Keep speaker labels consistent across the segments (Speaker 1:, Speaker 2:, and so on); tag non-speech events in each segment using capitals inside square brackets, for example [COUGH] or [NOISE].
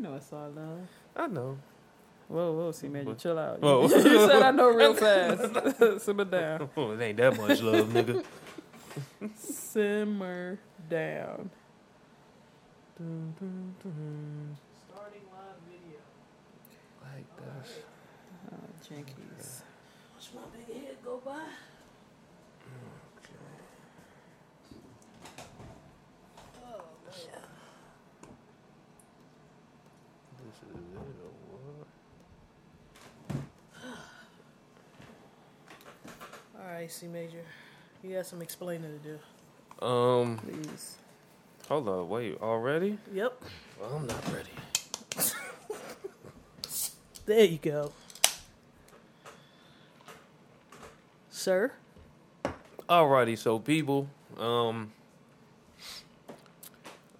Speaker 1: That's all love.
Speaker 2: I know.
Speaker 1: Whoa, whoa, see, man, you
Speaker 2: What?
Speaker 1: chill out.
Speaker 2: Whoa.
Speaker 1: [LAUGHS] you said I know
Speaker 2: [LAUGHS]
Speaker 1: real fast. [LAUGHS] Simmer down.
Speaker 2: Oh, it ain't that much love, nigga.
Speaker 1: Simmer down.
Speaker 3: Starting live video.
Speaker 2: [LAUGHS] Like that's
Speaker 1: Oh, Jenkins.
Speaker 3: Watch my big head go by. Oh, man.
Speaker 2: this is it or what?
Speaker 3: All right, C Major. You got some explaining to do.
Speaker 2: Um,
Speaker 1: Please.
Speaker 2: hold up, wait, already?
Speaker 3: Yep.
Speaker 2: Well, I'm not ready.
Speaker 3: There you go. Sir?
Speaker 2: Alrighty, so people, um,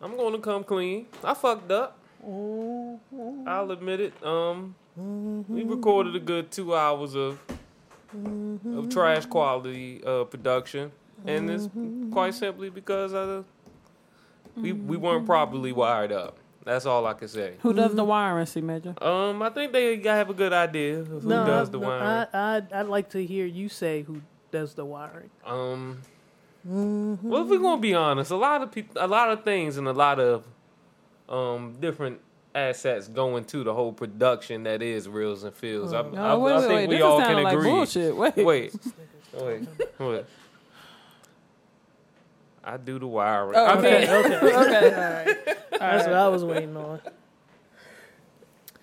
Speaker 2: I'm gonna come clean. I fucked up.
Speaker 3: Mm-hmm.
Speaker 2: I'll admit it. Um, we recorded a good two hours of
Speaker 3: Mm-hmm.
Speaker 2: of trash quality uh, production, and it's
Speaker 3: Mm-hmm.
Speaker 2: quite simply because I, we we
Speaker 3: Mm-hmm.
Speaker 2: weren't properly wired up. That's all I can say.
Speaker 1: Who does the wiring, C Major?
Speaker 2: Um, I think they gotta have a good idea of who
Speaker 3: no,
Speaker 2: does
Speaker 3: I-
Speaker 2: the
Speaker 3: no,
Speaker 2: wiring.
Speaker 3: I, I, I'd like to hear you say who does the wiring.
Speaker 2: Um, well, if we're
Speaker 1: Hmm.
Speaker 2: gonna be honest, a lot of people, a lot of things, and a lot of um different assets go into the whole production that is reels and feels. I,
Speaker 1: Hmm. No,
Speaker 2: I,
Speaker 1: wait,
Speaker 2: I
Speaker 1: wait,
Speaker 2: think
Speaker 1: wait.
Speaker 2: we
Speaker 1: this
Speaker 2: all
Speaker 1: is
Speaker 2: can
Speaker 1: sounding like
Speaker 2: agree.
Speaker 1: bullshit. Wait.
Speaker 2: Wait,
Speaker 1: [LAUGHS]
Speaker 2: wait, wait. I do the wiring. I mean,
Speaker 1: Oh,
Speaker 2: [LAUGHS]
Speaker 1: okay.
Speaker 3: okay.
Speaker 1: okay.
Speaker 3: That's what I was waiting on.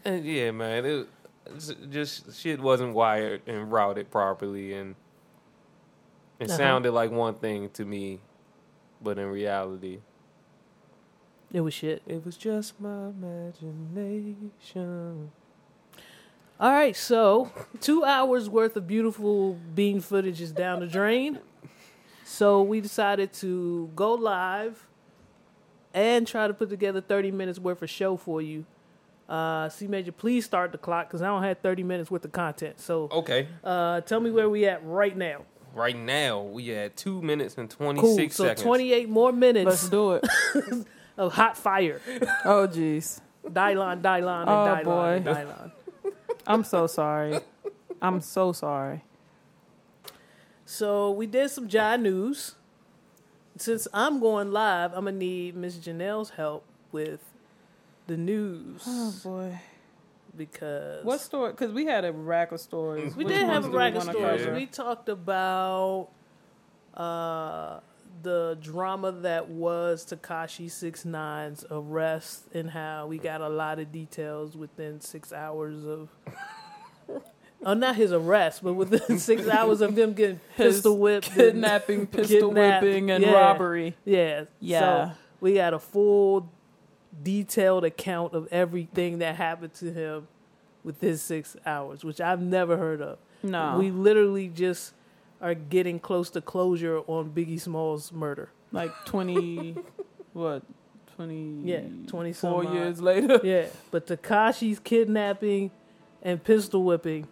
Speaker 2: And uh, yeah, man, it it's just shit wasn't wired and routed properly, and it
Speaker 3: Uh-huh.
Speaker 2: sounded like one thing to me, but in reality,
Speaker 3: It was shit.
Speaker 2: it was just my imagination.
Speaker 3: All right, so two hours worth of beautiful bean footage is down the drain. So we decided to go live and try to put together 30 minutes worth of show for you. Uh, C Major, please start the clock because I don't have 30 minutes worth of content. So
Speaker 2: Okay,
Speaker 3: uh, tell me where we at right now.
Speaker 2: right now we at two minutes and twenty
Speaker 3: Cool.
Speaker 2: six
Speaker 3: so
Speaker 2: seconds.
Speaker 3: 28 more
Speaker 1: Let's
Speaker 3: minutes
Speaker 1: do it.
Speaker 3: of hot fire.
Speaker 1: [LAUGHS] Oh, jeez.
Speaker 3: Dylon, Dylon, and
Speaker 1: Oh,
Speaker 3: Dylon,
Speaker 1: boy.
Speaker 3: and Dylon.
Speaker 1: I'm so sorry. I'm so sorry.
Speaker 3: So we did some Jai news. Since I'm going live, I'm gonna need Miss Janelle's help with the news
Speaker 1: Oh, boy.
Speaker 3: because
Speaker 1: What story? Because we had a rack of
Speaker 2: Mm-hmm.
Speaker 1: stories.
Speaker 3: we
Speaker 1: Which
Speaker 3: did have
Speaker 1: ones
Speaker 3: a
Speaker 1: do we
Speaker 3: rack of
Speaker 1: wanna
Speaker 3: stories.
Speaker 1: cover?
Speaker 3: We talked about uh, the drama that was Takashi 69's arrest and how we got a lot of details within six hours of. [LAUGHS] Oh, not his arrest, but
Speaker 1: [LAUGHS]
Speaker 3: within six hours of him getting
Speaker 1: His
Speaker 3: pistol whipped, and-
Speaker 1: [LAUGHS] Kidnapping, pistol
Speaker 3: Kidnap-
Speaker 1: whipping, and
Speaker 3: yeah.
Speaker 1: robbery.
Speaker 3: Yeah.
Speaker 1: Yeah.
Speaker 3: So we got a full detailed account of everything that happened to him with his six hours, which I've never heard of.
Speaker 1: No.
Speaker 3: We literally just are getting close to closure on Biggie Small's murder. [LAUGHS]
Speaker 1: like 20 what 20
Speaker 3: Yeah, 20 some
Speaker 1: four
Speaker 3: odd.
Speaker 1: years later [LAUGHS]
Speaker 3: Yeah. But Takashi's kidnapping and pistol whipping.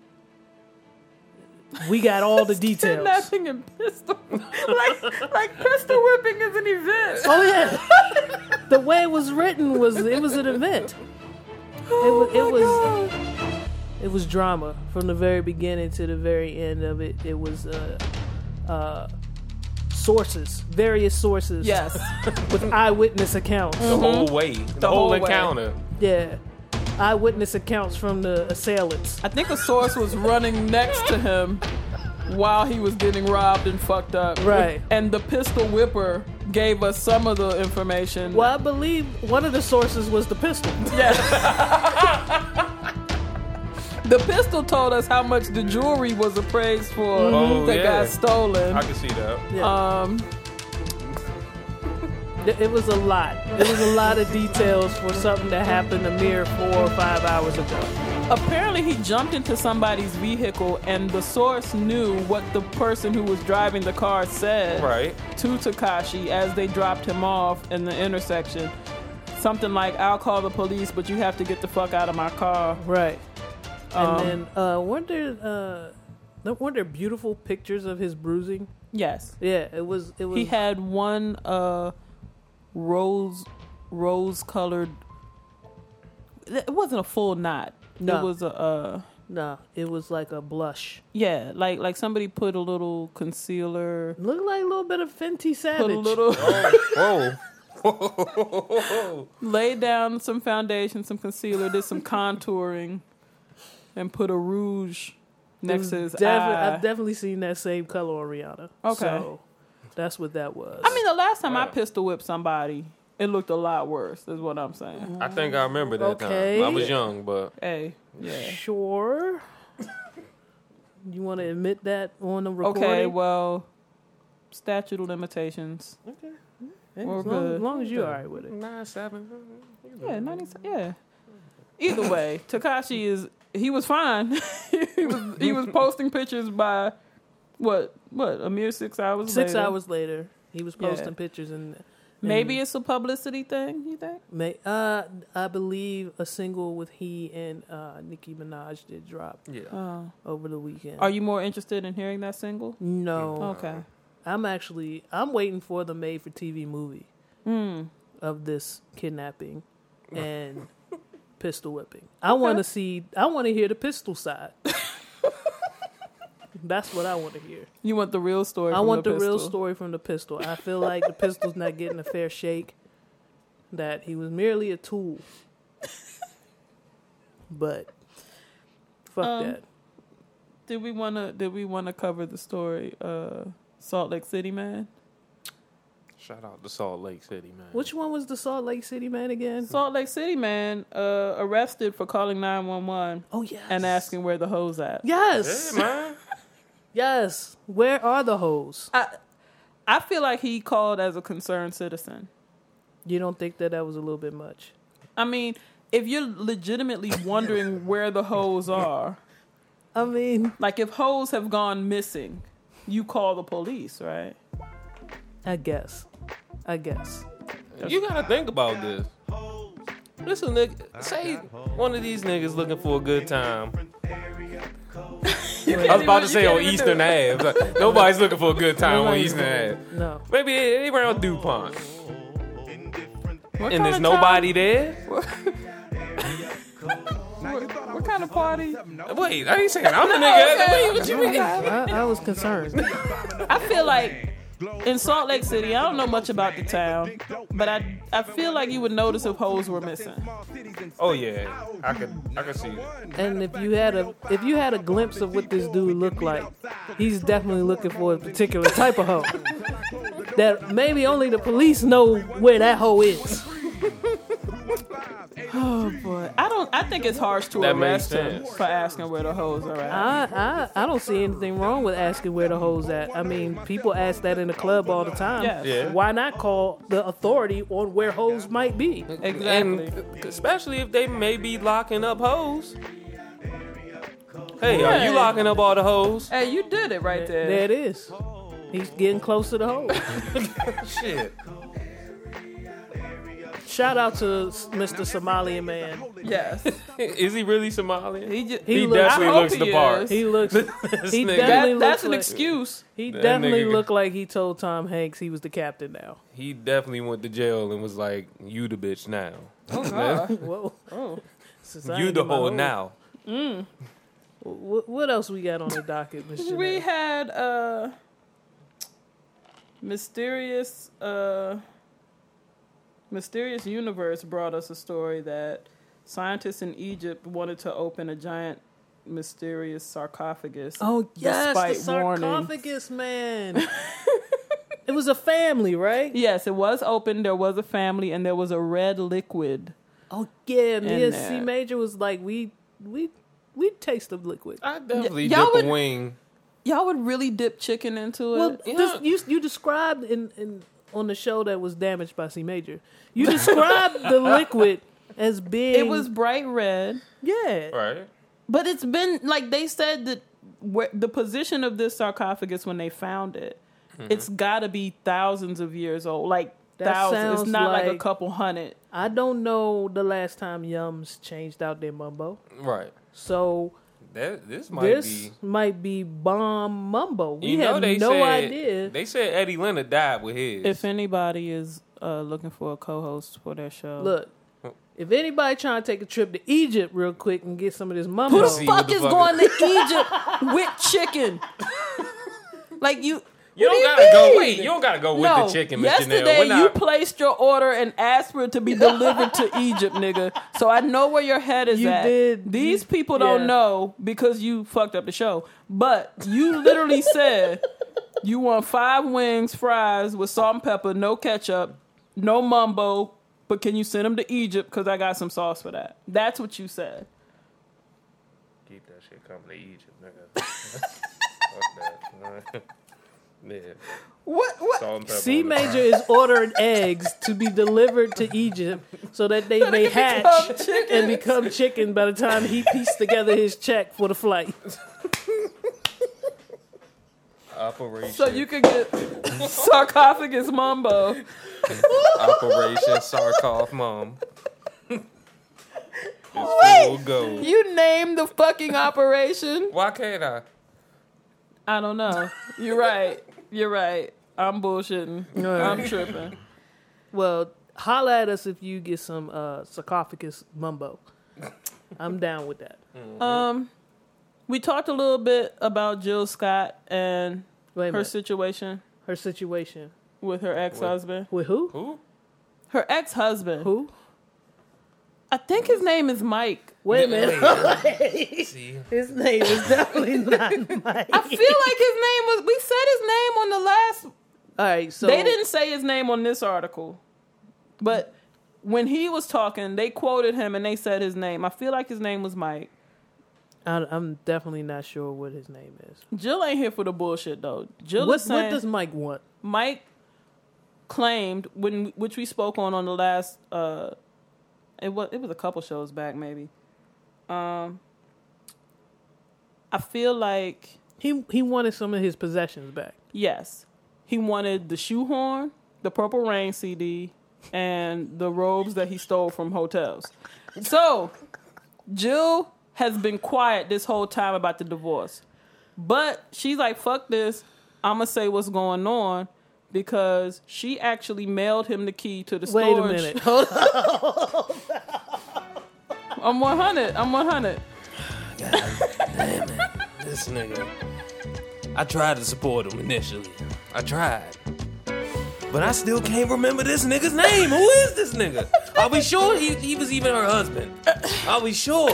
Speaker 3: We got all the details.
Speaker 1: kidnapping and pistol [LAUGHS] like like pistol whipping is an event
Speaker 3: Oh yeah. the way it was written was it was an event. was- it was- It was drama from the very beginning to the very end of it. It was uh, uh, sources, various sources,
Speaker 1: yes
Speaker 3: with eyewitness accounts.
Speaker 2: the whole way, the, whole,
Speaker 1: whole way.
Speaker 2: encounter.
Speaker 3: Yeah, eyewitness accounts from the assailants.
Speaker 1: i think a source was running next to him while he was getting robbed and fucked up
Speaker 3: Right.
Speaker 1: and the pistol whipper gave us some of the information
Speaker 3: Well, I believe one of the sources was the pistol.
Speaker 1: Yes. the pistol told us how much the jewelry was appraised for
Speaker 2: Oh,
Speaker 1: that
Speaker 2: yeah.
Speaker 1: got stolen
Speaker 2: I can see that.
Speaker 1: um
Speaker 3: Uh, Th- It was a lot. It was a lot of details for something that happened a mere four or five hours ago.
Speaker 1: Apparently, he jumped into somebody's vehicle, and the source knew what the person who was driving the car said
Speaker 2: Right.
Speaker 1: to Takashi as they dropped him off in the intersection. Something like, I'll call the police, but you have to get the fuck out of my car.
Speaker 3: Right. And
Speaker 1: Um,
Speaker 3: then uh, weren't there uh, weren't there beautiful pictures of his bruising?
Speaker 1: Yes.
Speaker 3: Yeah, it was. It was.
Speaker 1: He had one uh, rose rose colored It wasn't a full knot.
Speaker 3: No.
Speaker 1: It was a uh,
Speaker 3: No, it was like a blush.
Speaker 1: yeah, like like somebody put a little concealer.
Speaker 3: Looked like a little bit of Fenty Savage.
Speaker 1: Put a little,
Speaker 2: Whoa.
Speaker 1: laid down some foundation, some concealer, did some contouring, and put a rouge next to his
Speaker 3: Defi-
Speaker 1: eye.
Speaker 3: I've definitely seen that same color on Rihanna.
Speaker 1: Okay.
Speaker 3: So that's what that was.
Speaker 1: I mean, the last time I
Speaker 2: Wow.
Speaker 1: pistol whipped somebody, it looked a lot worse. Is what I'm saying.
Speaker 2: I think I remember that
Speaker 3: Okay.
Speaker 2: time. I was young, but
Speaker 1: Hey, yeah.
Speaker 3: sure. you want to admit that on the recording?
Speaker 1: Okay, well, statute of limitations. we're
Speaker 3: As long,
Speaker 1: good.
Speaker 3: as long as you're all right with it.
Speaker 2: nine seven.
Speaker 1: Yeah, 97, yeah. Either way, Takashi is he was fine. [LAUGHS] he was he
Speaker 3: [LAUGHS]
Speaker 1: was posting pictures by what what a mere six hours.
Speaker 3: Six
Speaker 1: later.
Speaker 3: hours later, he was
Speaker 1: Yeah.
Speaker 3: posting pictures and and
Speaker 1: Maybe it's a publicity thing. You think?
Speaker 3: May, uh, I believe a single with he and uh, Nicki Minaj did drop
Speaker 2: Yeah.
Speaker 1: Oh.
Speaker 3: over the weekend.
Speaker 1: Are you Oh. more interested in hearing that single?
Speaker 3: No,
Speaker 1: Okay.
Speaker 3: I'm actually I'm waiting for the made for TV movie
Speaker 1: Hmm.
Speaker 3: of this kidnapping
Speaker 1: [LAUGHS]
Speaker 3: and pistol whipping. I want to see. I want to hear the
Speaker 1: [LAUGHS]
Speaker 3: pistol side. That's what I want to hear.
Speaker 1: You want the real story?
Speaker 3: I
Speaker 1: from
Speaker 3: want the,
Speaker 1: the
Speaker 3: real
Speaker 1: pistol.
Speaker 3: story from the pistol. I feel like the pistol's not getting a fair shake. That he was merely a tool. But fuck
Speaker 1: Um,
Speaker 3: that.
Speaker 1: Did we wanna? Did we wanna cover the story? Uh, Salt Lake City man.
Speaker 2: Shout out to Salt Lake City, man.
Speaker 3: Which one was the Salt Lake City man again?
Speaker 1: Salt Lake City man uh, arrested for calling nine one one
Speaker 3: Oh yes.
Speaker 1: and asking where the hoes at.
Speaker 3: Yes.
Speaker 2: Hey, man.
Speaker 3: Yes. Where are the hoes?
Speaker 1: I, I feel like he called as a concerned citizen.
Speaker 3: You don't think that that was a little bit much?
Speaker 1: I mean, if you're
Speaker 3: [LAUGHS]
Speaker 1: legitimately wondering where the hoes are,
Speaker 3: I mean,
Speaker 1: like if hoes have gone missing, you call the police, right?
Speaker 3: I guess. I guess.
Speaker 2: [LAUGHS] You gotta think about this. This a nigga. Say one of these niggas looking for a good time. I was about to say on Eastern Ave. but Nobody's looking for a good time on Eastern Ave.
Speaker 3: No.
Speaker 2: Maybe they around DuPont.
Speaker 1: What
Speaker 2: And
Speaker 1: kind
Speaker 2: there's
Speaker 1: of
Speaker 2: nobody there.
Speaker 1: time- what, what kind of party?
Speaker 2: Wait, I ain't saying [LAUGHS] I'm the nigga.
Speaker 1: okay.
Speaker 2: Wait, what you mean?
Speaker 3: I, I was concerned.
Speaker 1: I feel like in Salt Lake City, I don't know much about the town, but I I feel like you would notice if hoes were missing.
Speaker 2: Oh yeah, I could, I could see it.
Speaker 3: And if you had a if you had a glimpse of what this dude looked like, he's definitely looking for a particular type of hoe. That maybe only the police know where that hoe is.
Speaker 1: Oh boy, I don't. I think it's harsh to
Speaker 2: That
Speaker 1: arrest
Speaker 2: makes
Speaker 1: him
Speaker 2: sense.
Speaker 1: for asking where the hoes are at.
Speaker 3: I, I I don't see anything wrong with asking where the hoes at. I mean, people ask that in the club all the time.
Speaker 1: Yes.
Speaker 2: Yeah.
Speaker 3: Why not call the authority on where hoes might be?
Speaker 1: Exactly.
Speaker 2: And uh, especially if they may be locking up hoes. Hey, are
Speaker 1: Yeah.
Speaker 2: you locking up all the hoes?
Speaker 1: Hey, you did it right there.
Speaker 3: There it is. He's getting close to the hole.
Speaker 2: Shit.
Speaker 3: Shout out to S- Mr. Somalian man.
Speaker 1: Yes.
Speaker 2: [LAUGHS] Is he really Somalian?
Speaker 1: He just.
Speaker 3: [LAUGHS] He
Speaker 2: He
Speaker 3: looks-
Speaker 2: definitely
Speaker 1: I hope
Speaker 2: looks
Speaker 1: he
Speaker 2: the part.
Speaker 1: is.
Speaker 3: He
Speaker 2: [LAUGHS]
Speaker 3: looks.
Speaker 2: This
Speaker 3: He
Speaker 2: nigga.
Speaker 3: definitely-
Speaker 1: that, that's
Speaker 3: looks
Speaker 1: an
Speaker 3: like-
Speaker 1: excuse.
Speaker 3: He
Speaker 2: That
Speaker 3: definitely
Speaker 2: nigga-
Speaker 3: looked like he told Tom Hanks he was the captain now. [LAUGHS]
Speaker 2: he definitely went to jail and was like, "You the bitch now.
Speaker 3: Whoa. Society,
Speaker 2: you the
Speaker 3: my
Speaker 2: hoe
Speaker 3: hoe.
Speaker 2: now."
Speaker 3: Wh- What else we got on the docket, Miss
Speaker 1: [LAUGHS] We
Speaker 3: Janae?
Speaker 1: had uh mysterious uh mysterious universe brought us a story that scientists in Egypt wanted to open a giant mysterious sarcophagus.
Speaker 3: oh yes, the
Speaker 1: despite warnings. [LAUGHS]
Speaker 3: sarcophagus man. it was a family, right?
Speaker 1: Yes, it was open. There was a family, and there was a red liquid.
Speaker 3: Oh yeah, me and C
Speaker 1: that.
Speaker 3: Major was like we we we taste of liquid.
Speaker 1: Uh,
Speaker 2: I definitely
Speaker 1: y'all
Speaker 2: dip
Speaker 1: would-
Speaker 2: a wing.
Speaker 1: Y'all would really dip chicken into it.
Speaker 3: Well,
Speaker 2: you
Speaker 3: this,
Speaker 2: know-
Speaker 3: you you described in, in on the show that was damaged by C Major. You described
Speaker 1: [LAUGHS]
Speaker 3: the liquid as being
Speaker 1: it was bright red.
Speaker 3: yeah.
Speaker 2: Right.
Speaker 1: But it's been like they said that where, the position of this sarcophagus when they found it, it's got to be thousands of years old. Like
Speaker 3: That
Speaker 1: thousands.
Speaker 3: sounds
Speaker 1: It's not like, a
Speaker 3: like-
Speaker 1: couple hundred.
Speaker 3: I don't know the last time Yums changed out their mumbo,
Speaker 2: Right.
Speaker 3: so
Speaker 2: That this might
Speaker 3: this
Speaker 2: be.
Speaker 3: might be bomb mumbo. We
Speaker 2: You know
Speaker 3: have
Speaker 2: they
Speaker 3: no
Speaker 2: said
Speaker 3: idea.
Speaker 2: they said Eddie Leonard died with his.
Speaker 1: If anybody is uh, looking for a co-host for their show,
Speaker 3: Look, If anybody trying to take a trip to Egypt real quick and get some of this
Speaker 1: Who
Speaker 3: mumbo,
Speaker 2: what
Speaker 1: the fuck
Speaker 2: the
Speaker 1: is
Speaker 2: fuck
Speaker 1: going to Egypt with chicken? like you.
Speaker 2: You
Speaker 1: what
Speaker 2: don't
Speaker 1: do
Speaker 2: gotta
Speaker 1: mean?
Speaker 2: go. Wait, you don't gotta go with
Speaker 1: no,
Speaker 2: the chicken, Miss Janelle.
Speaker 1: yesterday
Speaker 2: We're
Speaker 1: you
Speaker 2: not.
Speaker 1: placed your order and asked for it to be delivered
Speaker 2: [LAUGHS]
Speaker 1: to Egypt, nigga. So I know where your head is
Speaker 3: You
Speaker 1: at.
Speaker 3: did-
Speaker 1: These
Speaker 3: you-
Speaker 1: people don't
Speaker 3: yeah.
Speaker 1: know because you fucked up the show. But you
Speaker 2: [LAUGHS]
Speaker 1: literally said you want five wings, fries with salt and pepper, no ketchup, no mumbo. But can you send them to Egypt? Because I got some sauce for that. That's what you said.
Speaker 2: Keep that shit coming to Egypt, nigga. [LAUGHS] Fuck that. [LAUGHS] Yeah,
Speaker 1: What? What?
Speaker 2: salt and pepper
Speaker 3: C
Speaker 2: on the
Speaker 3: Major
Speaker 2: fry.
Speaker 3: is ordering eggs to be delivered to Egypt so that they may hatch and become chicken by the time he pieced together his check for the flight.
Speaker 2: Operation.
Speaker 1: So you could
Speaker 3: [LAUGHS]
Speaker 1: get sarcophagus mumbo.
Speaker 2: Operation Sarkov
Speaker 3: [LAUGHS]
Speaker 2: Mom. It's full gold.
Speaker 1: You named the fucking operation.
Speaker 2: Why can't I?
Speaker 1: I don't know. You're right. You're right. I'm bullshitting. I'm tripping.
Speaker 3: Well, holla at us if you get some uh, sarcophagus mumbo. I'm down with that.
Speaker 1: Um, we talked a little bit about Jill Scott and
Speaker 3: Wait a
Speaker 1: her
Speaker 3: minute.
Speaker 1: situation
Speaker 3: Her situation
Speaker 1: with her ex-husband.
Speaker 3: with who?
Speaker 2: Who?
Speaker 1: Her ex-husband.
Speaker 3: Who?
Speaker 1: I think his name is Mike.
Speaker 3: Wait a minute.
Speaker 2: See?
Speaker 3: [LAUGHS] His name is definitely not Mike.
Speaker 1: I feel like his name was. We said his name on the last
Speaker 3: All right, so
Speaker 1: They didn't say his name on this article, but when he was talking, they quoted him and they said his name. I feel like his name was Mike.
Speaker 3: I, I'm definitely not sure what his name is.
Speaker 1: Jill ain't here for the bullshit though. Jill
Speaker 3: What,
Speaker 1: is
Speaker 3: what
Speaker 1: saying
Speaker 3: does Mike want?
Speaker 1: Mike claimed when which we spoke on on the last uh it was it was a couple shows back maybe. Um, I feel like
Speaker 3: He he wanted some of his possessions back.
Speaker 1: yes, he wanted the shoehorn, the Purple Rain CD, and the robes that he stole from hotels. So, Jill has been quiet this whole time about the divorce. But she's like, fuck this. I'm going to say what's going on because she actually mailed him the key to the
Speaker 3: Wait
Speaker 1: storage.
Speaker 3: a minute. Hold on.
Speaker 1: [LAUGHS] I'm 100. I'm 100.
Speaker 2: This nigga. I tried to support him initially. I tried. But I still can't remember this nigga's name. Who is this nigga? Are we sure he, he was even her husband? Are we sure?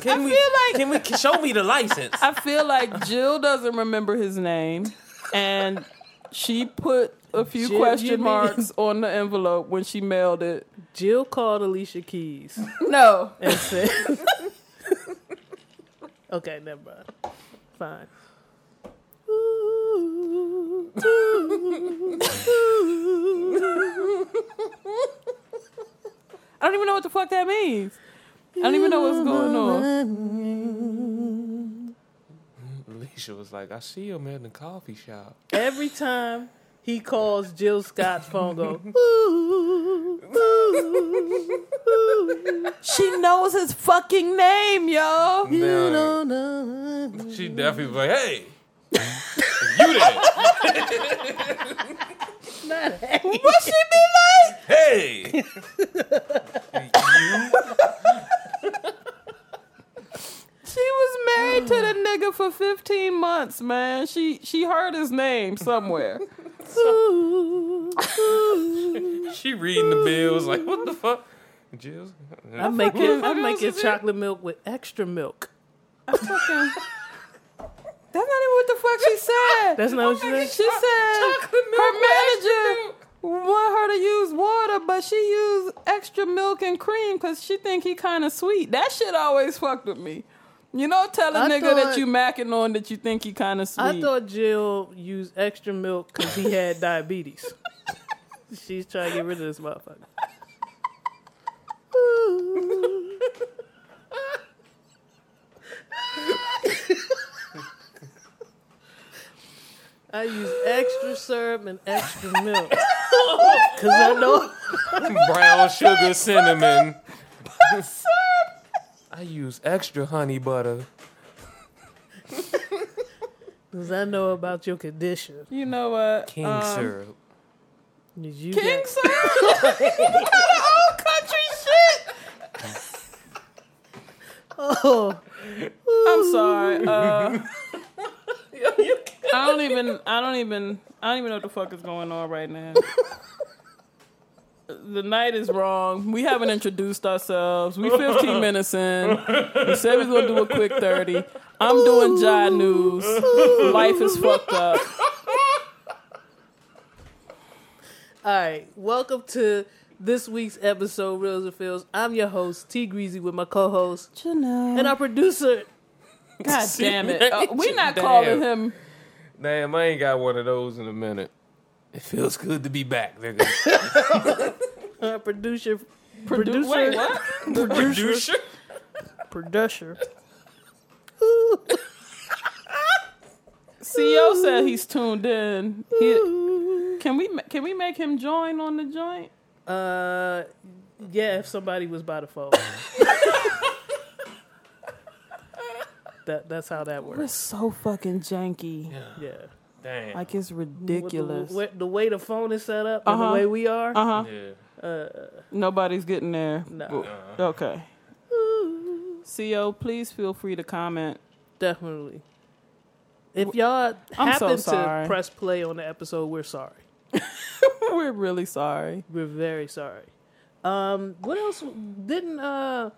Speaker 2: Can we
Speaker 1: feel
Speaker 2: can
Speaker 1: [LAUGHS]
Speaker 2: we can show me the license?
Speaker 1: I feel like Jill doesn't remember his name, and she put a few
Speaker 3: Jill, you
Speaker 1: question
Speaker 3: mean-
Speaker 1: marks on the envelope when she mailed it.
Speaker 3: Jill called Alicia Keys
Speaker 1: No,
Speaker 3: and said, [LAUGHS] "Okay, never mind. Fine." Ooh, ooh, ooh.
Speaker 1: I don't even know what the fuck that means. I don't even know what's going on.
Speaker 2: Alicia was like, I see him in the coffee shop.
Speaker 3: Every time he calls Jill Scott's phone, go. Ooh, ooh, ooh.
Speaker 1: She knows his fucking name, yo.
Speaker 2: You
Speaker 3: No, no, no.
Speaker 2: She definitely was like,
Speaker 1: [LAUGHS]
Speaker 2: hey, you there?
Speaker 1: What she
Speaker 2: Hey,
Speaker 1: [LAUGHS] be like? She was married to the nigga for 15 months, man. She she heard his name somewhere.
Speaker 3: Ooh, ooh.
Speaker 2: she reading the bills like, what the fuck? Jill's.
Speaker 3: I'm
Speaker 1: Who the
Speaker 3: making
Speaker 1: fuck
Speaker 3: I'm making
Speaker 1: else is
Speaker 3: chocolate milk with extra milk.
Speaker 1: Fucking- That's not even what the fuck
Speaker 3: [LAUGHS]
Speaker 1: she said.
Speaker 3: That's not what she said?
Speaker 1: She said her manager want her to use water, but she used extra milk and cream because she think he kind of sweet. That shit always fucked with me. You know, tell a
Speaker 3: I
Speaker 1: nigga that
Speaker 3: thought-
Speaker 1: you macking on that you think he kind of sweet.
Speaker 3: I thought Jill used extra milk because he had [LAUGHS] diabetes. She's trying to get rid of this motherfucker. Ooh. I use extra syrup and extra milk because I know
Speaker 2: [LAUGHS] brown sugar cinnamon. I use extra honey butter.
Speaker 3: because I know about your condition.
Speaker 1: you know what?
Speaker 2: King
Speaker 1: Um,
Speaker 2: syrup.
Speaker 3: You
Speaker 1: King [LAUGHS]
Speaker 3: got- [LAUGHS]
Speaker 1: syrup. Not an old country shit.
Speaker 3: Oh,
Speaker 1: I'm sorry. Uh, I don't even. I don't even. I don't even know what the fuck is going on right now. The night is wrong. We haven't introduced ourselves. We 15 minutes in. We said we was gonna do a quick 30. I'm doing Jai news. Life is fucked up.
Speaker 3: All right, welcome to this week's episode, Reels and Feels. I'm your host, T Greasy, with my co-host
Speaker 1: Janelle.
Speaker 3: [LAUGHS] and our producer.
Speaker 1: God damn it. Uh, we're not
Speaker 2: Damn.
Speaker 1: calling him.
Speaker 2: Damn, I ain't got one of those in a minute. It feels good to be back,
Speaker 1: [LAUGHS]
Speaker 2: nigga.
Speaker 3: Our producer,
Speaker 1: Produ-
Speaker 3: producer,
Speaker 1: Wait, what?
Speaker 2: Producer.
Speaker 3: producer.
Speaker 1: CEO E said he's tuned in. He, can we ma- can we make him join on the joint?
Speaker 3: Uh, yeah, if somebody was by the phone. that that's how that works.
Speaker 1: so fucking janky.
Speaker 3: Yeah.
Speaker 2: Damn.
Speaker 1: Like it's
Speaker 3: With the-
Speaker 1: ridiculous.
Speaker 3: with The, way the phone is set up and
Speaker 1: Uh-huh.
Speaker 3: the way we are. uh,
Speaker 1: Uh huh.
Speaker 2: yeah.
Speaker 1: Nobody's getting there.
Speaker 3: No.
Speaker 1: Okay. CO, please feel free to comment. [LAUGHS]
Speaker 3: Definitely. If y'all
Speaker 1: I'm so
Speaker 3: happen to
Speaker 1: sorry.
Speaker 3: press play on the episode, we're sorry.
Speaker 1: We're really sorry.
Speaker 3: We're very sorry. Um, what else didn't uh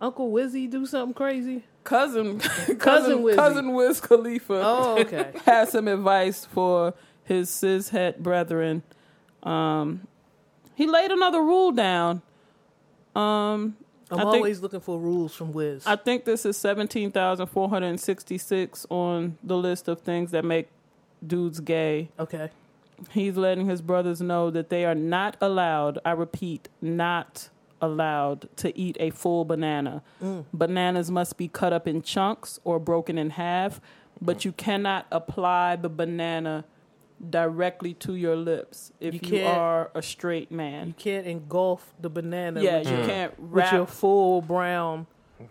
Speaker 3: Uncle Wizzy do something crazy?
Speaker 1: Cousin, [LAUGHS] cousin,
Speaker 3: Cousin
Speaker 1: cousin
Speaker 3: Wizzy.
Speaker 1: Wiz, Khalifa
Speaker 3: Oh, okay.
Speaker 1: [LAUGHS] had some advice for his cis het brethren. Um, he laid another rule down. Um,
Speaker 3: I'm
Speaker 1: I think-
Speaker 3: always looking for rules from Wiz.
Speaker 1: I think this is 17,466 on the list of things that make dudes gay.
Speaker 3: okay.
Speaker 1: He's letting his brothers know that they are not allowed, I repeat, not allowed to eat a full banana.
Speaker 3: Mm.
Speaker 1: Bananas must be cut up in chunks or broken in half, but you cannot apply the banana directly to your lips if
Speaker 3: You
Speaker 1: you,
Speaker 3: can't-
Speaker 1: are a straight
Speaker 3: You
Speaker 1: man.
Speaker 3: can't engulf the banana
Speaker 1: Yeah,
Speaker 3: with,
Speaker 1: you
Speaker 3: your,
Speaker 1: can't
Speaker 3: with
Speaker 1: wrap.
Speaker 3: your full brown,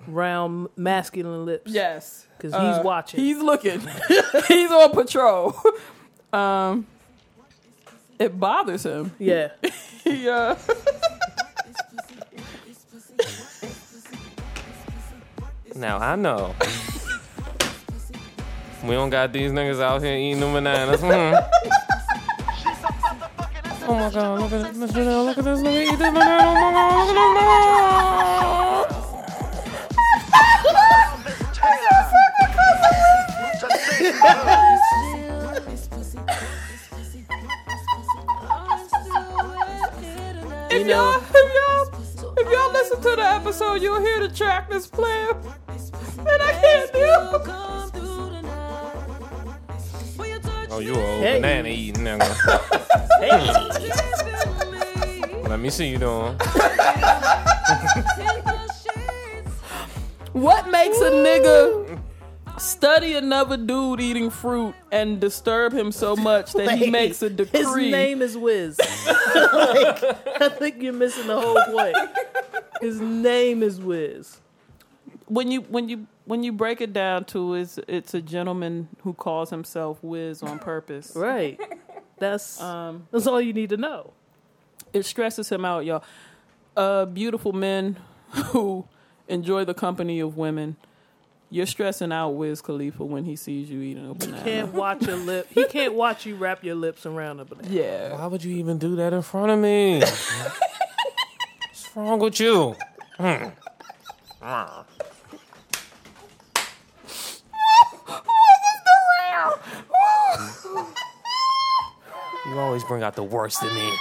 Speaker 3: round masculine lips.
Speaker 1: yes.
Speaker 3: because
Speaker 1: Uh,
Speaker 3: he's watching.
Speaker 1: He's
Speaker 3: [LAUGHS]
Speaker 1: looking. he's on patrol. [LAUGHS] um, it bothers him.
Speaker 3: yeah,
Speaker 1: [LAUGHS] He, uh,
Speaker 2: Now I know. we don't got these niggas out here eating them bananas. Mhm. oh my god, look at this, Janelle, look at this nigga eat this banana. Oh my god, look at this nigga.
Speaker 1: if y'all, if y'all, if y'all listen to the episode, you'll hear the track that's playing, and I can't do.
Speaker 2: Oh, you a old
Speaker 3: Hey.
Speaker 2: banana eating nigga. [LAUGHS] Let me see you doing.
Speaker 1: What makes a nigga study another dude eating fruit and disturb him so much that he
Speaker 3: Like,
Speaker 1: makes a decree?
Speaker 3: [LAUGHS] His name is Wiz. [LAUGHS] Like, I think you're missing the whole point. His name is Wiz.
Speaker 1: when you when you when you break it down to is it's a gentleman who calls himself Wiz on purpose.
Speaker 3: Right. That's
Speaker 1: Um,
Speaker 3: that's all you need to know.
Speaker 1: it stresses him out, y'all. Uh, beautiful men [LAUGHS] who enjoy the company of women. You're stressing out Wiz Khalifa when he sees you eating a banana.
Speaker 3: Can't watch your lip. He can't watch you wrap your lips around a banana.
Speaker 1: Yeah.
Speaker 2: Why would you even do that in front of me? What's wrong with you? You always bring out the worst in me.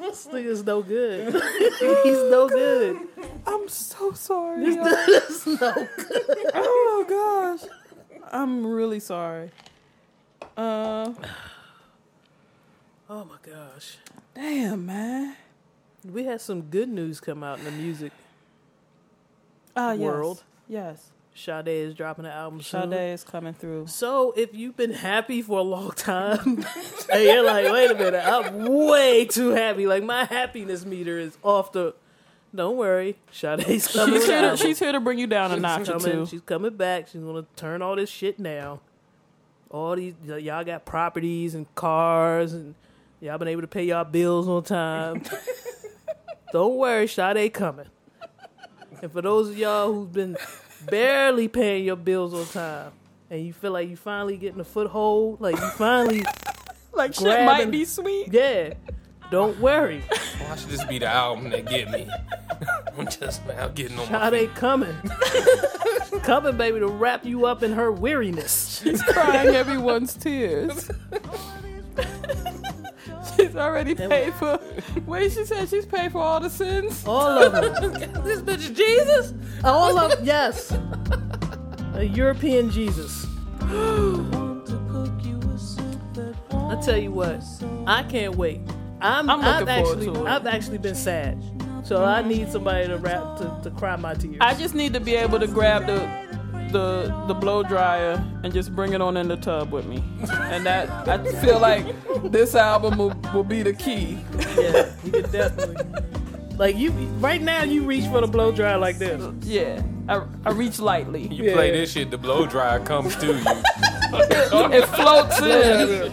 Speaker 3: This nigga's no [LAUGHS] good. He's no good.
Speaker 1: I'm so sorry. y'all.
Speaker 3: It's no
Speaker 1: oh gosh. I'm really sorry. Uh,
Speaker 3: Oh my gosh.
Speaker 1: damn, man.
Speaker 3: We had some good news come out in the music.
Speaker 1: Ah, yes.
Speaker 3: World.
Speaker 1: Yes.
Speaker 3: Sade is dropping an album soon.
Speaker 1: Sade is coming through.
Speaker 3: So if you've been happy for a long [LAUGHS] time, and you're like, wait a minute, I'm way too happy. Like my happiness meter is off the Don't worry, Sade's coming.
Speaker 1: She's here, to,
Speaker 3: out.
Speaker 1: she's here to bring you down a notch or
Speaker 3: coming.
Speaker 1: two.
Speaker 3: She's coming back. She's gonna turn all this shit now. All these y- y'all got properties and cars, and y'all been able to pay y'all bills
Speaker 1: [LAUGHS]
Speaker 3: on time. Don't worry, Sade coming. And for those of y'all who've been barely paying your bills on time, and you feel like you finally getting a foothold, like you finally,
Speaker 1: Like shit
Speaker 3: grabbing-
Speaker 1: might be sweet.
Speaker 3: yeah. Don't worry,
Speaker 2: Why should this be the album that get me? [LAUGHS] I'm just now getting on my
Speaker 1: [LAUGHS]
Speaker 3: Sade coming, coming, baby, to wrap you up in her weariness.
Speaker 1: She's crying everyone's
Speaker 3: [LAUGHS]
Speaker 1: tears. she's already paid for. Wait, she said she's paid for all the sins.
Speaker 3: All of them.
Speaker 1: [LAUGHS]
Speaker 2: This bitch is Jesus.
Speaker 3: All of yes. A
Speaker 1: [GASPS]
Speaker 3: European Jesus. I tell you what, I can't wait. I'm,
Speaker 1: I'm
Speaker 3: have
Speaker 1: looking forward
Speaker 3: actually
Speaker 1: to it.
Speaker 3: I've actually been sad. So I need somebody to rap to, to cry my tears.
Speaker 1: I just need to be able to grab the the the blow dryer and just bring it on in the tub with me. And that I feel like this album will, will be the key.
Speaker 3: yeah, you could definitely like you right now you reach for the blow dryer
Speaker 1: [LAUGHS]
Speaker 3: like this.
Speaker 1: [LAUGHS] Yeah, I, I reach lightly.
Speaker 2: You play this shit, the blow dryer comes to you.
Speaker 1: It floats in.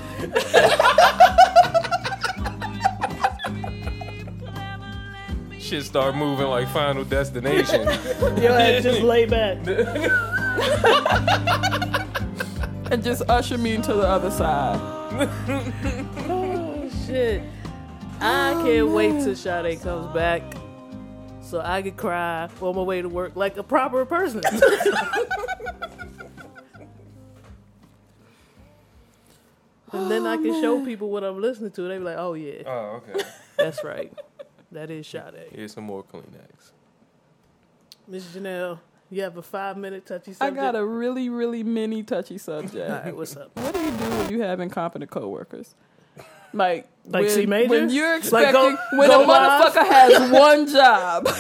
Speaker 2: Shit start moving like Final Destination. [LAUGHS]
Speaker 3: Your ass just lay back.
Speaker 1: and just usher me into the other side.
Speaker 3: Shit. I
Speaker 1: Oh,
Speaker 3: can't wait till Sade comes back. So I could cry on my way to work like a
Speaker 1: [LAUGHS]
Speaker 3: proper person. and then I
Speaker 1: Oh,
Speaker 3: can show people what I'm listening to. They be like, oh yeah,
Speaker 2: oh, okay.
Speaker 3: that's right. That is Sade.
Speaker 2: Here's some more Kleenex.
Speaker 3: Miss Janelle, you have a five minute touchy
Speaker 1: I
Speaker 3: subject.
Speaker 1: got a really, really mini touchy
Speaker 3: All
Speaker 1: subject.
Speaker 3: right, what's up?
Speaker 1: What do you do when you have incompetent coworkers? Like,
Speaker 3: Like
Speaker 1: when,
Speaker 3: C major?
Speaker 1: when you're
Speaker 3: Like
Speaker 1: expecting
Speaker 3: go-
Speaker 1: when
Speaker 3: go
Speaker 1: a motherfucker has one job, [LAUGHS]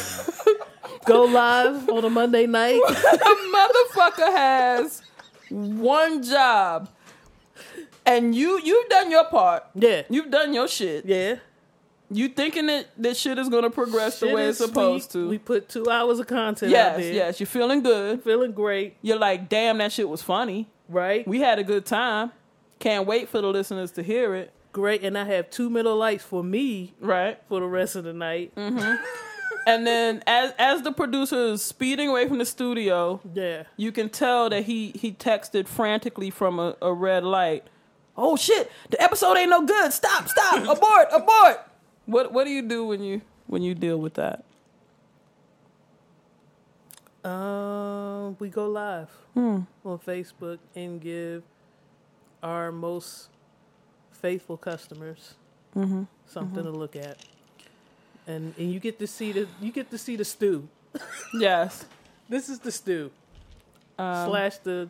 Speaker 3: Go live on a Monday night.
Speaker 1: a motherfucker has one job, and you you've done your part,
Speaker 3: Yeah.
Speaker 1: you've done your shit.
Speaker 3: Yeah.
Speaker 1: You thinking that this shit is gonna progress the
Speaker 3: Shit
Speaker 1: way
Speaker 3: is
Speaker 1: it's supposed
Speaker 3: sweet. We
Speaker 1: to?
Speaker 3: put two hours of content out
Speaker 1: Yes,
Speaker 3: there.
Speaker 1: yes, you're feeling good.
Speaker 3: Feeling great,
Speaker 1: You're like, damn, that shit was funny.
Speaker 3: right?
Speaker 1: We had a good time. Can't wait for the listeners to hear it.
Speaker 3: great, and I have two middle lights for me
Speaker 1: Right.
Speaker 3: for the rest of the night.
Speaker 1: And then as as the producer is speeding away from the studio,
Speaker 3: Yeah,
Speaker 1: you can tell that he he texted frantically from a, a red light. Oh shit, the episode ain't no good. Stop, [LAUGHS] stop, abort, abort. What what do you do when you when you deal with that?
Speaker 3: um, we go live
Speaker 1: Hmm.
Speaker 3: on Facebook and give our most faithful customers
Speaker 1: Mm-hmm.
Speaker 3: something to look at, and and you get to see the you get to see the stew. [LAUGHS]
Speaker 1: Yes. Um,
Speaker 3: This is the stew slash the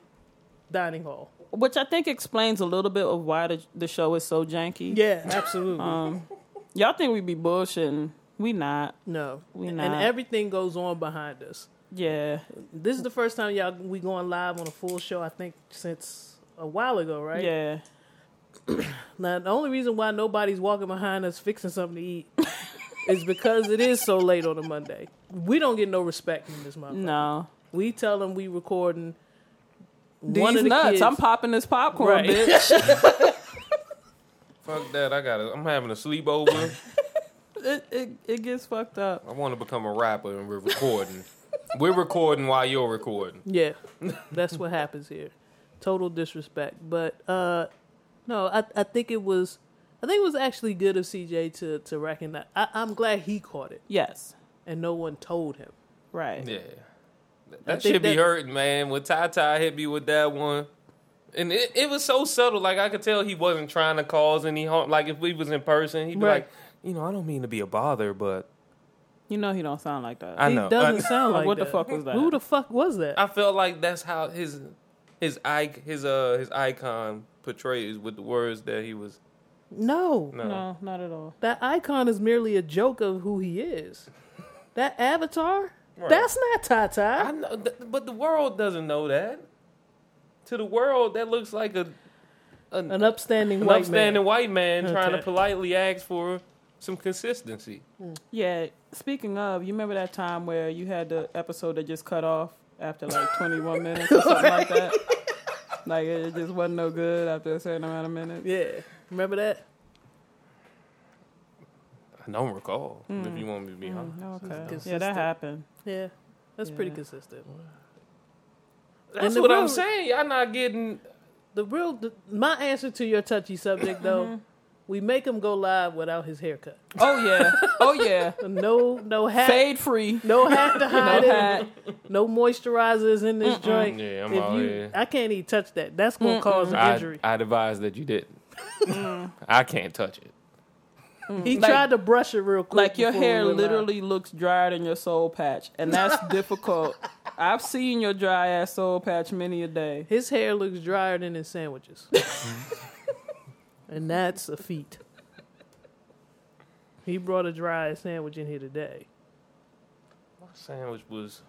Speaker 3: dining hall.
Speaker 1: Which I think explains a little bit of why the, the show is so janky.
Speaker 3: Yeah, absolutely.
Speaker 1: um, Y'all think we be bullshitting. We not.
Speaker 3: no,
Speaker 1: we
Speaker 3: and
Speaker 1: not.
Speaker 3: everything goes on behind us.
Speaker 1: Yeah.
Speaker 3: This is the first time y'all we going live on a full show. I think since a while ago, right?
Speaker 1: Yeah.
Speaker 3: Now the only reason why nobody's walking behind us fixing something to eat [LAUGHS] is because it is so late on a Monday. We don't get no respect in this month.
Speaker 1: No.
Speaker 3: We tell them we recording.
Speaker 1: These
Speaker 3: one of the
Speaker 1: nuts.
Speaker 3: Kids,
Speaker 1: I'm popping this popcorn,
Speaker 3: Right.
Speaker 1: bitch.
Speaker 2: Fuck that. I got. I'm having a sleepover.
Speaker 1: [LAUGHS] It, it it gets fucked up.
Speaker 2: I want to become a rapper, and we're recording. we're recording while you're recording.
Speaker 3: [LAUGHS] Yeah, that's what happens here. Total disrespect. But uh no, I I think it was I think it was actually good of CJ to to recognize. I, I'm glad he caught it
Speaker 1: Yes.
Speaker 3: and no one told him.
Speaker 1: Right.
Speaker 2: Yeah. That,
Speaker 3: I
Speaker 2: that
Speaker 3: think
Speaker 2: shit be
Speaker 3: that-
Speaker 2: hurting, man. When Ty Ty hit me with that one. And it, it was so subtle. Like, I could tell he wasn't trying to cause any harm. Like, if we was in person, he'd be
Speaker 3: Right.
Speaker 2: like, you know, I don't mean to be a bother, but
Speaker 1: You know he don't sound like that.
Speaker 2: I
Speaker 3: He
Speaker 2: know. [LAUGHS]
Speaker 3: doesn't
Speaker 2: I,
Speaker 3: sound like
Speaker 1: what
Speaker 3: that.
Speaker 1: the fuck was that?
Speaker 3: Who the fuck was that?
Speaker 2: I felt like that's how his his i his uh his icon portrays with the words that he was
Speaker 3: No.
Speaker 2: no,
Speaker 1: no, not at all.
Speaker 3: That icon is merely a joke of who he is. That avatar? That's not
Speaker 2: I
Speaker 3: Tata.
Speaker 2: know, th- but the world doesn't know that. To the world, that looks like a
Speaker 3: An upstanding
Speaker 2: an
Speaker 3: white
Speaker 2: upstanding white man trying to
Speaker 3: Okay.
Speaker 2: politely ask for some consistency.
Speaker 1: Yeah. Speaking of, you remember that time where you had the episode that just cut off after
Speaker 2: [LAUGHS]
Speaker 1: like 21 minutes or something like that? Like it just wasn't no good after a certain amount of minutes.
Speaker 3: Yeah. Remember that?
Speaker 2: I don't recall if
Speaker 3: Mm.
Speaker 2: you want me to be honest.
Speaker 1: Mm, Okay. Yeah,
Speaker 3: consistent.
Speaker 1: that happened.
Speaker 3: Yeah. That's pretty
Speaker 1: Yeah.
Speaker 3: consistent.
Speaker 2: That's
Speaker 3: the
Speaker 2: what I'm
Speaker 3: real-
Speaker 2: saying. Y'all not getting
Speaker 3: The real, the, my answer to your touchy subject though, we make him go live without his haircut.
Speaker 1: Oh yeah. Oh [LAUGHS] yeah.
Speaker 3: No,
Speaker 2: [LAUGHS]
Speaker 3: no hat,
Speaker 1: Fade free.
Speaker 3: no hat to
Speaker 1: No
Speaker 3: hide it.
Speaker 1: hat.
Speaker 3: No moisturizers in this joint.
Speaker 2: Yeah, I'm
Speaker 3: If
Speaker 2: all
Speaker 3: you-
Speaker 2: yeah.
Speaker 3: I can't even touch that. That's gonna cause an
Speaker 2: I,
Speaker 3: injury. Mm.
Speaker 2: I advise that you didn't. [LAUGHS] I can't touch it.
Speaker 3: he
Speaker 1: Like-
Speaker 3: tried to brush it real quick.
Speaker 1: Like your
Speaker 3: before we
Speaker 1: hair
Speaker 3: went live.
Speaker 1: literally looks drier than your soul patch, and [LAUGHS] that's difficult. I've seen your dry ass soul patch many a day.
Speaker 3: His hair looks drier than
Speaker 1: [LAUGHS]
Speaker 3: his sandwiches. [LAUGHS] and that's a feat. He brought a dry sandwich in here today.
Speaker 2: My sandwich was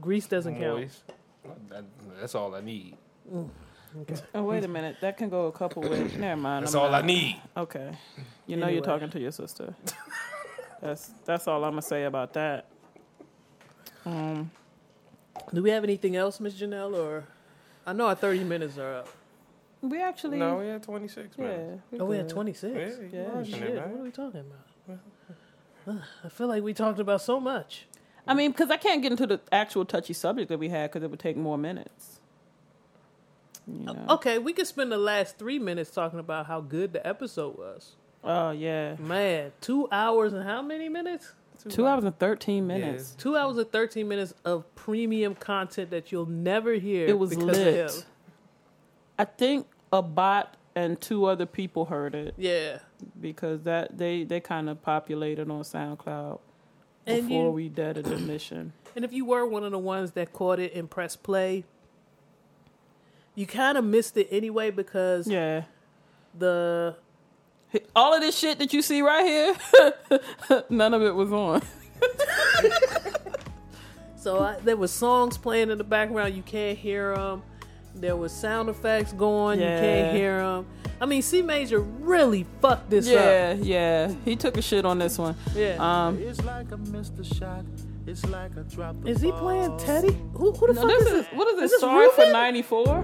Speaker 3: Grease doesn't count.
Speaker 2: moist. That- that's all I need.
Speaker 1: Oh wait a minute, that can go a couple ways. Never mind.
Speaker 2: That's
Speaker 1: I'm
Speaker 2: all
Speaker 1: not-
Speaker 2: I need.
Speaker 1: Okay. You know
Speaker 3: Anyway.
Speaker 1: you're talking to your sister. that's that's all I'm gonna say about that. Um,
Speaker 3: Do we have anything else, Miss Janelle? Or I know our thirty minutes are up.
Speaker 1: we actually
Speaker 2: No, we had 26
Speaker 1: yeah.
Speaker 2: minutes.
Speaker 1: we
Speaker 3: Oh, we had
Speaker 1: good.
Speaker 3: twenty six.
Speaker 2: Yeah, you
Speaker 1: Yeah,
Speaker 2: rushing
Speaker 3: Shit,
Speaker 2: it,
Speaker 3: what
Speaker 2: man.
Speaker 3: are we talking about? Ugh, I feel like we talked about so much.
Speaker 1: I mean, because I can't get into the actual touchy subject that we had because it would take more minutes. You know.
Speaker 3: Oh, Okay, we could spend the last three minutes talking about how good the episode was.
Speaker 1: Oh yeah,
Speaker 3: Man, two hours and how many minutes?
Speaker 2: Mm.
Speaker 1: two hours and thirteen minutes.
Speaker 3: Two hours and thirteen minutes of premium content that you'll never hear.
Speaker 1: It was
Speaker 3: because of
Speaker 1: lit.
Speaker 3: him.
Speaker 1: I think a bot and two other people heard it
Speaker 3: Yeah,
Speaker 1: because that they they kind of populated on SoundCloud
Speaker 3: and
Speaker 1: before
Speaker 3: you,
Speaker 1: we did a
Speaker 3: [COUGHS]
Speaker 1: mission.
Speaker 3: and if you were one of the ones that caught it and pressed play, you kind of missed it anyway because
Speaker 1: Yeah.
Speaker 3: the
Speaker 1: All of this shit that you see right here, [LAUGHS] none of it was on.
Speaker 3: So I, there was songs playing in the background. You can't hear them. There was sound effects going. You
Speaker 1: Yeah.
Speaker 3: can't hear them. I mean, C Major really fucked this
Speaker 1: yeah, yeah. He took a shit on this one.
Speaker 3: up. Yeah.
Speaker 1: Um,
Speaker 4: It's like I missed a shot. It's like I dropped the
Speaker 3: is he
Speaker 4: ball.
Speaker 3: playing Teddy? Who, who the
Speaker 1: no,
Speaker 3: fuck
Speaker 1: this
Speaker 3: is
Speaker 1: is
Speaker 3: this?
Speaker 1: what is this?
Speaker 3: this
Speaker 1: Sorry for
Speaker 3: Reuben?
Speaker 1: '94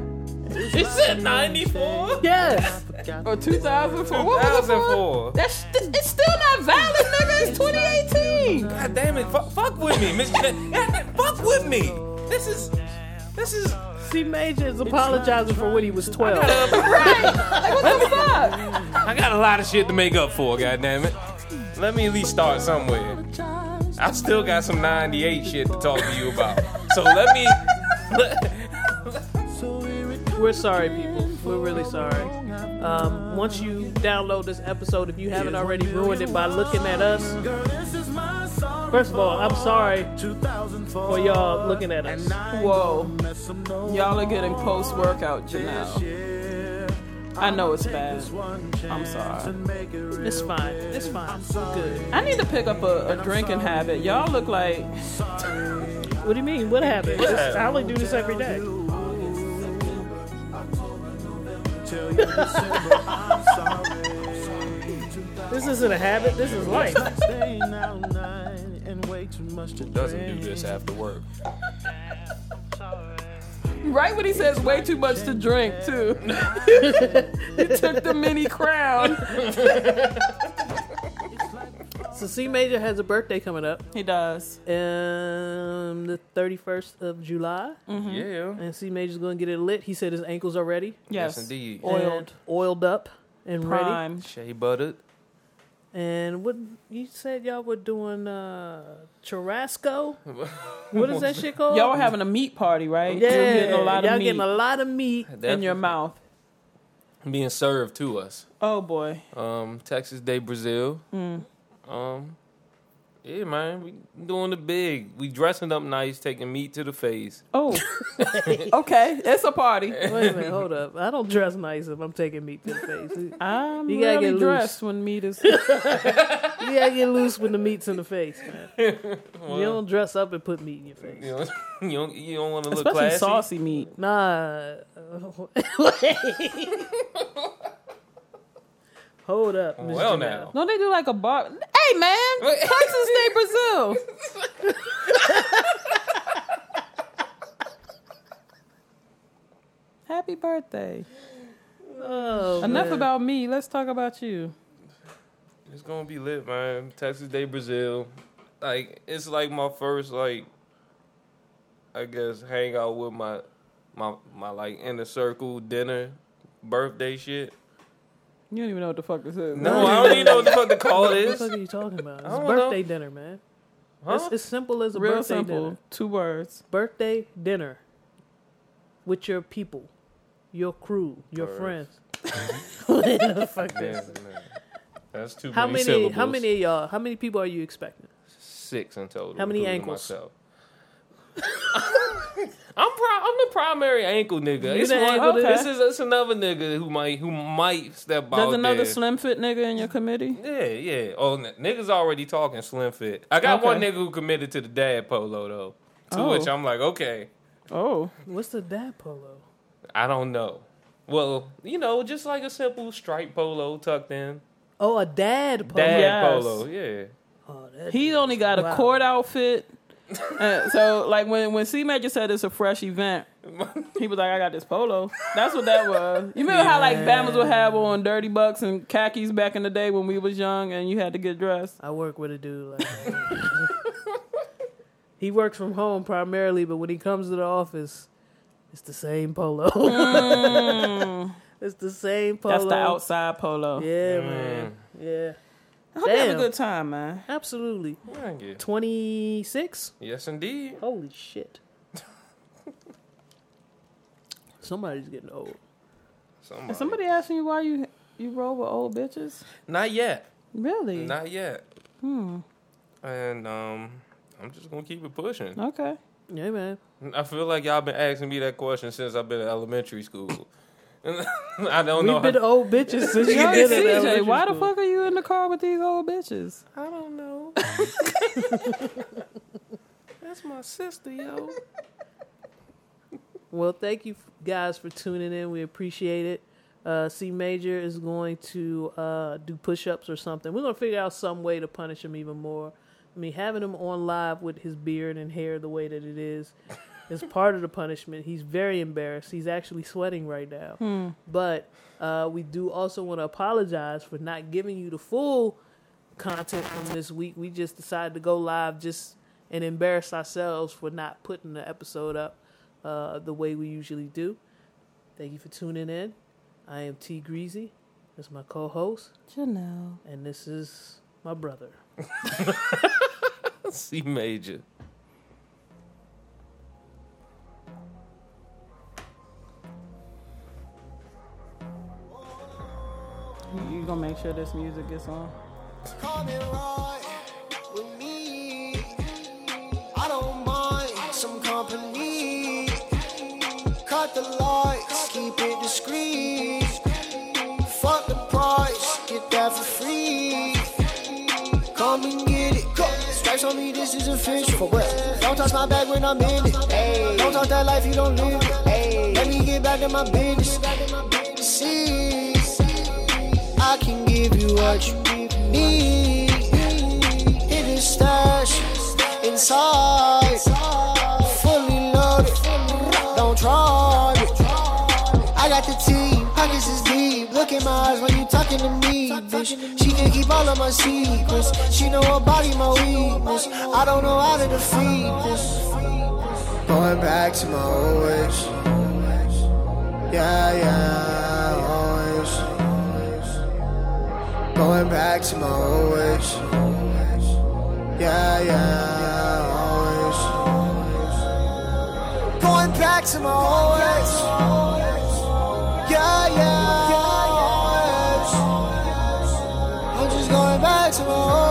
Speaker 2: It's at 94?
Speaker 3: Yes.
Speaker 4: Forgot
Speaker 1: or 2004? What was it for?
Speaker 2: 2004.
Speaker 1: That's it's still not valid, nigga. It's 2018.
Speaker 2: God damn it. Fuck, fuck with me, Miss Janelle. Fuck with me. This is. This is. uh,
Speaker 3: C Major is apologizing for when he was twelve.
Speaker 2: I got a lot of shit to make up for, God damn it. Let me at least start somewhere. I still got some 98 shit to talk to you about. So let me.
Speaker 3: We're sorry, people. We're really sorry. Um, once you download this episode, if you haven't already ruined it by looking at us,
Speaker 4: Girl, this is my song.
Speaker 3: first of all, I'm sorry
Speaker 4: 2004.
Speaker 3: for y'all looking at us.
Speaker 1: Whoa,
Speaker 4: Mess them no
Speaker 1: y'all are getting post-workout
Speaker 4: this
Speaker 1: Janelle.
Speaker 4: year.
Speaker 1: I know it's bad.
Speaker 4: This one chance
Speaker 1: I'm sorry.
Speaker 4: to make it real.
Speaker 3: It's fine. It's fine. We're good.
Speaker 1: I need to pick up a, a drinking habit. Y'all look like [LAUGHS]
Speaker 3: What do you mean? What happened? This- I only do this every day. [LAUGHS]
Speaker 4: Tell you December, I'm sorry.
Speaker 3: This isn't a habit. This is life.
Speaker 4: Staying out night and way too much to
Speaker 2: Doesn't
Speaker 4: drink.
Speaker 2: do this after work.
Speaker 1: right when he says way too much to drink too.
Speaker 3: [LAUGHS]
Speaker 1: [LAUGHS] he took the mini crown.
Speaker 3: So C Major has a birthday coming up,
Speaker 1: He does.
Speaker 3: um, the thirty first of July,
Speaker 1: Mm-hmm.
Speaker 2: Yeah.
Speaker 3: and C Major's gonna get it lit. He said his ankles are ready,
Speaker 1: Yes,
Speaker 2: indeed.
Speaker 3: and
Speaker 1: Oiled.
Speaker 3: oiled up, and ready.
Speaker 1: Prime.
Speaker 2: Shea buttered.
Speaker 3: And what you said y'all were doing uh, churrasco?
Speaker 1: [LAUGHS]
Speaker 3: what is that shit called?
Speaker 1: Y'all were having a meat party, right?
Speaker 3: yeah,
Speaker 1: You're getting a lot
Speaker 3: y'all
Speaker 1: of meat
Speaker 3: getting a lot of meat.
Speaker 1: [LAUGHS] in your mouth.
Speaker 2: Being served to us.
Speaker 1: Oh boy. Mm.
Speaker 2: Um, Texas Day Brazil. [LAUGHS] Um, yeah, man, we doing the big. We dressing up nice, taking meat to the face.
Speaker 1: Oh. okay, it's
Speaker 2: [LAUGHS]
Speaker 1: a party.
Speaker 3: Wait a minute, hold up. I don't dress nice if I'm taking meat to the face.
Speaker 1: I'm
Speaker 3: You gotta
Speaker 1: really
Speaker 3: get loose.
Speaker 1: dressed when meat
Speaker 3: [LAUGHS]
Speaker 1: is.
Speaker 3: You gotta get loose when the meat's in the face, man. you don't dress up and put meat in your face.
Speaker 2: You know, you don't, [LAUGHS] you don't want to look
Speaker 1: Especially
Speaker 2: classy.
Speaker 1: saucy meat.
Speaker 3: uh, [LAUGHS] Nah. Hold up. Miss
Speaker 2: Well,
Speaker 3: Janelle.
Speaker 2: now.
Speaker 1: No, they do like a bar. Hey, man, Texas
Speaker 2: [LAUGHS]
Speaker 1: State Brazil. Happy birthday.
Speaker 3: Oh,
Speaker 1: Enough
Speaker 3: man.
Speaker 1: about me. Let's talk about you.
Speaker 2: It's gonna be lit, man. Texas Day Brazil. Like it's like my first like I guess hang out with my my my like inner circle dinner birthday shit.
Speaker 1: You don't even know what the fuck this is.
Speaker 2: No, I don't even know what the fuck to
Speaker 3: [LAUGHS]
Speaker 2: call
Speaker 3: What
Speaker 2: this.
Speaker 3: the fuck are you talking about? It's
Speaker 2: don't
Speaker 3: birthday dinner, man.
Speaker 2: Huh?
Speaker 3: It's as simple as a
Speaker 1: Real
Speaker 3: birthday
Speaker 1: simple.
Speaker 3: dinner.
Speaker 1: Two words.
Speaker 3: Birthday dinner with your people, your crew, your
Speaker 2: Birds.
Speaker 3: friends. What the fuck
Speaker 2: Damn,
Speaker 3: this?
Speaker 2: man. That's too
Speaker 3: How
Speaker 2: many,
Speaker 3: many?
Speaker 2: syllables.
Speaker 3: How many of y'all? How many people are you expecting?
Speaker 2: Six in total.
Speaker 3: How many
Speaker 2: including
Speaker 3: ankles?
Speaker 2: Myself. [LAUGHS] I'm pro- I'm the primary ankle nigga.
Speaker 3: You
Speaker 2: It's
Speaker 3: the
Speaker 2: one,
Speaker 3: ankle
Speaker 1: dude?
Speaker 2: This is it's another nigga who might who might step out
Speaker 1: There's another
Speaker 2: there.
Speaker 1: slim fit nigga in your committee.
Speaker 2: Yeah, yeah. Oh, n- niggas already talking slim fit. I got
Speaker 1: Okay.
Speaker 2: one nigga who committed to the dad polo though. To
Speaker 1: Oh.
Speaker 2: which I'm like, okay,
Speaker 1: Oh,
Speaker 3: What's the dad polo?
Speaker 2: I don't know. Well, you know, just like a simple striped polo tucked in.
Speaker 3: Oh, a dad polo.
Speaker 2: Dad
Speaker 1: yes.
Speaker 2: polo, yeah.
Speaker 3: Oh, that-
Speaker 1: he only got a
Speaker 3: Wow.
Speaker 1: court outfit. [LAUGHS] Uh, so, like when when C Major said it's a fresh event, he was like, "I got this polo." That's what that was. You remember how like Bama's would have on dirty bucks and khakis back in the day when we was young, and you had to get dressed.
Speaker 3: I work with a dude like that. [LAUGHS] he works from home primarily, but when he comes to the office, it's the same polo. [LAUGHS] it's the same polo.
Speaker 1: Mm. That's the outside polo.
Speaker 3: Yeah, man. Yeah,
Speaker 1: I hope you have
Speaker 3: Damn.
Speaker 1: a good time, man.
Speaker 3: absolutely.
Speaker 2: Yeah, yeah.
Speaker 3: Twenty six.
Speaker 2: Yes, indeed.
Speaker 3: Holy shit. Somebody's getting old.
Speaker 2: Somebody.
Speaker 1: Is somebody asking you why you you roll with old bitches?
Speaker 2: Not yet.
Speaker 1: Really?
Speaker 2: Not yet. Hmm. And um, I'm just gonna keep it pushing.
Speaker 1: Okay.
Speaker 3: Yeah, man.
Speaker 2: I feel like y'all been asking me that question since I've been in elementary school. [LAUGHS] I don't know.
Speaker 3: We've been
Speaker 2: how-
Speaker 3: old
Speaker 1: [LAUGHS]
Speaker 3: bitches since you
Speaker 1: Yo,
Speaker 3: did it.
Speaker 1: CJ, why the fuck are you in the car with these old bitches?
Speaker 2: I don't
Speaker 3: [LAUGHS]
Speaker 2: know. That's my sister, yo.
Speaker 3: Well, thank you f- guys for tuning in. We appreciate it. Uh, C Major is going to uh, do push ups or something. We're going to figure out some way to punish him even more. I mean, having him on live with his beard and hair the way that it is
Speaker 2: [LAUGHS]
Speaker 3: is part of the punishment. He's very embarrassed. He's actually sweating right now.
Speaker 2: Hmm.
Speaker 3: But uh, we do also want to apologize for not giving you the full content from this week. We just decided to go live just and embarrass ourselves for not putting the episode up uh, the way we usually do. Thank you for tuning in. I am T Greasy. That's my co-host,
Speaker 1: Janelle.
Speaker 3: and this is my brother.
Speaker 2: [LAUGHS] C major.
Speaker 1: You gonna make sure this music gets on?
Speaker 4: Call it right with me. I don't mind some company. Cut the lights, keep it discreet. Fuck the price, get that for free. Come and get it. Go. Stripes on me, this is official. For what? Don't touch my bag when I'm in it. Ayy. Don't talk that life, you don't live it. Ayy. Let me get back to my business. See, I can give you what you need. Hit the stash inside. Fully loaded. Don't try it. I got the team, pockets is deep. Look in my eyes when you talking to me, bitch. She can keep all of my secrets. She know her body my weakness. I don't know how to defeat this. Going back to my old ways. Yeah, yeah, always. Going back to my old ways. Yeah, yeah, always. Going back to my old ways. Yeah, yeah, always. I'm just going back to my old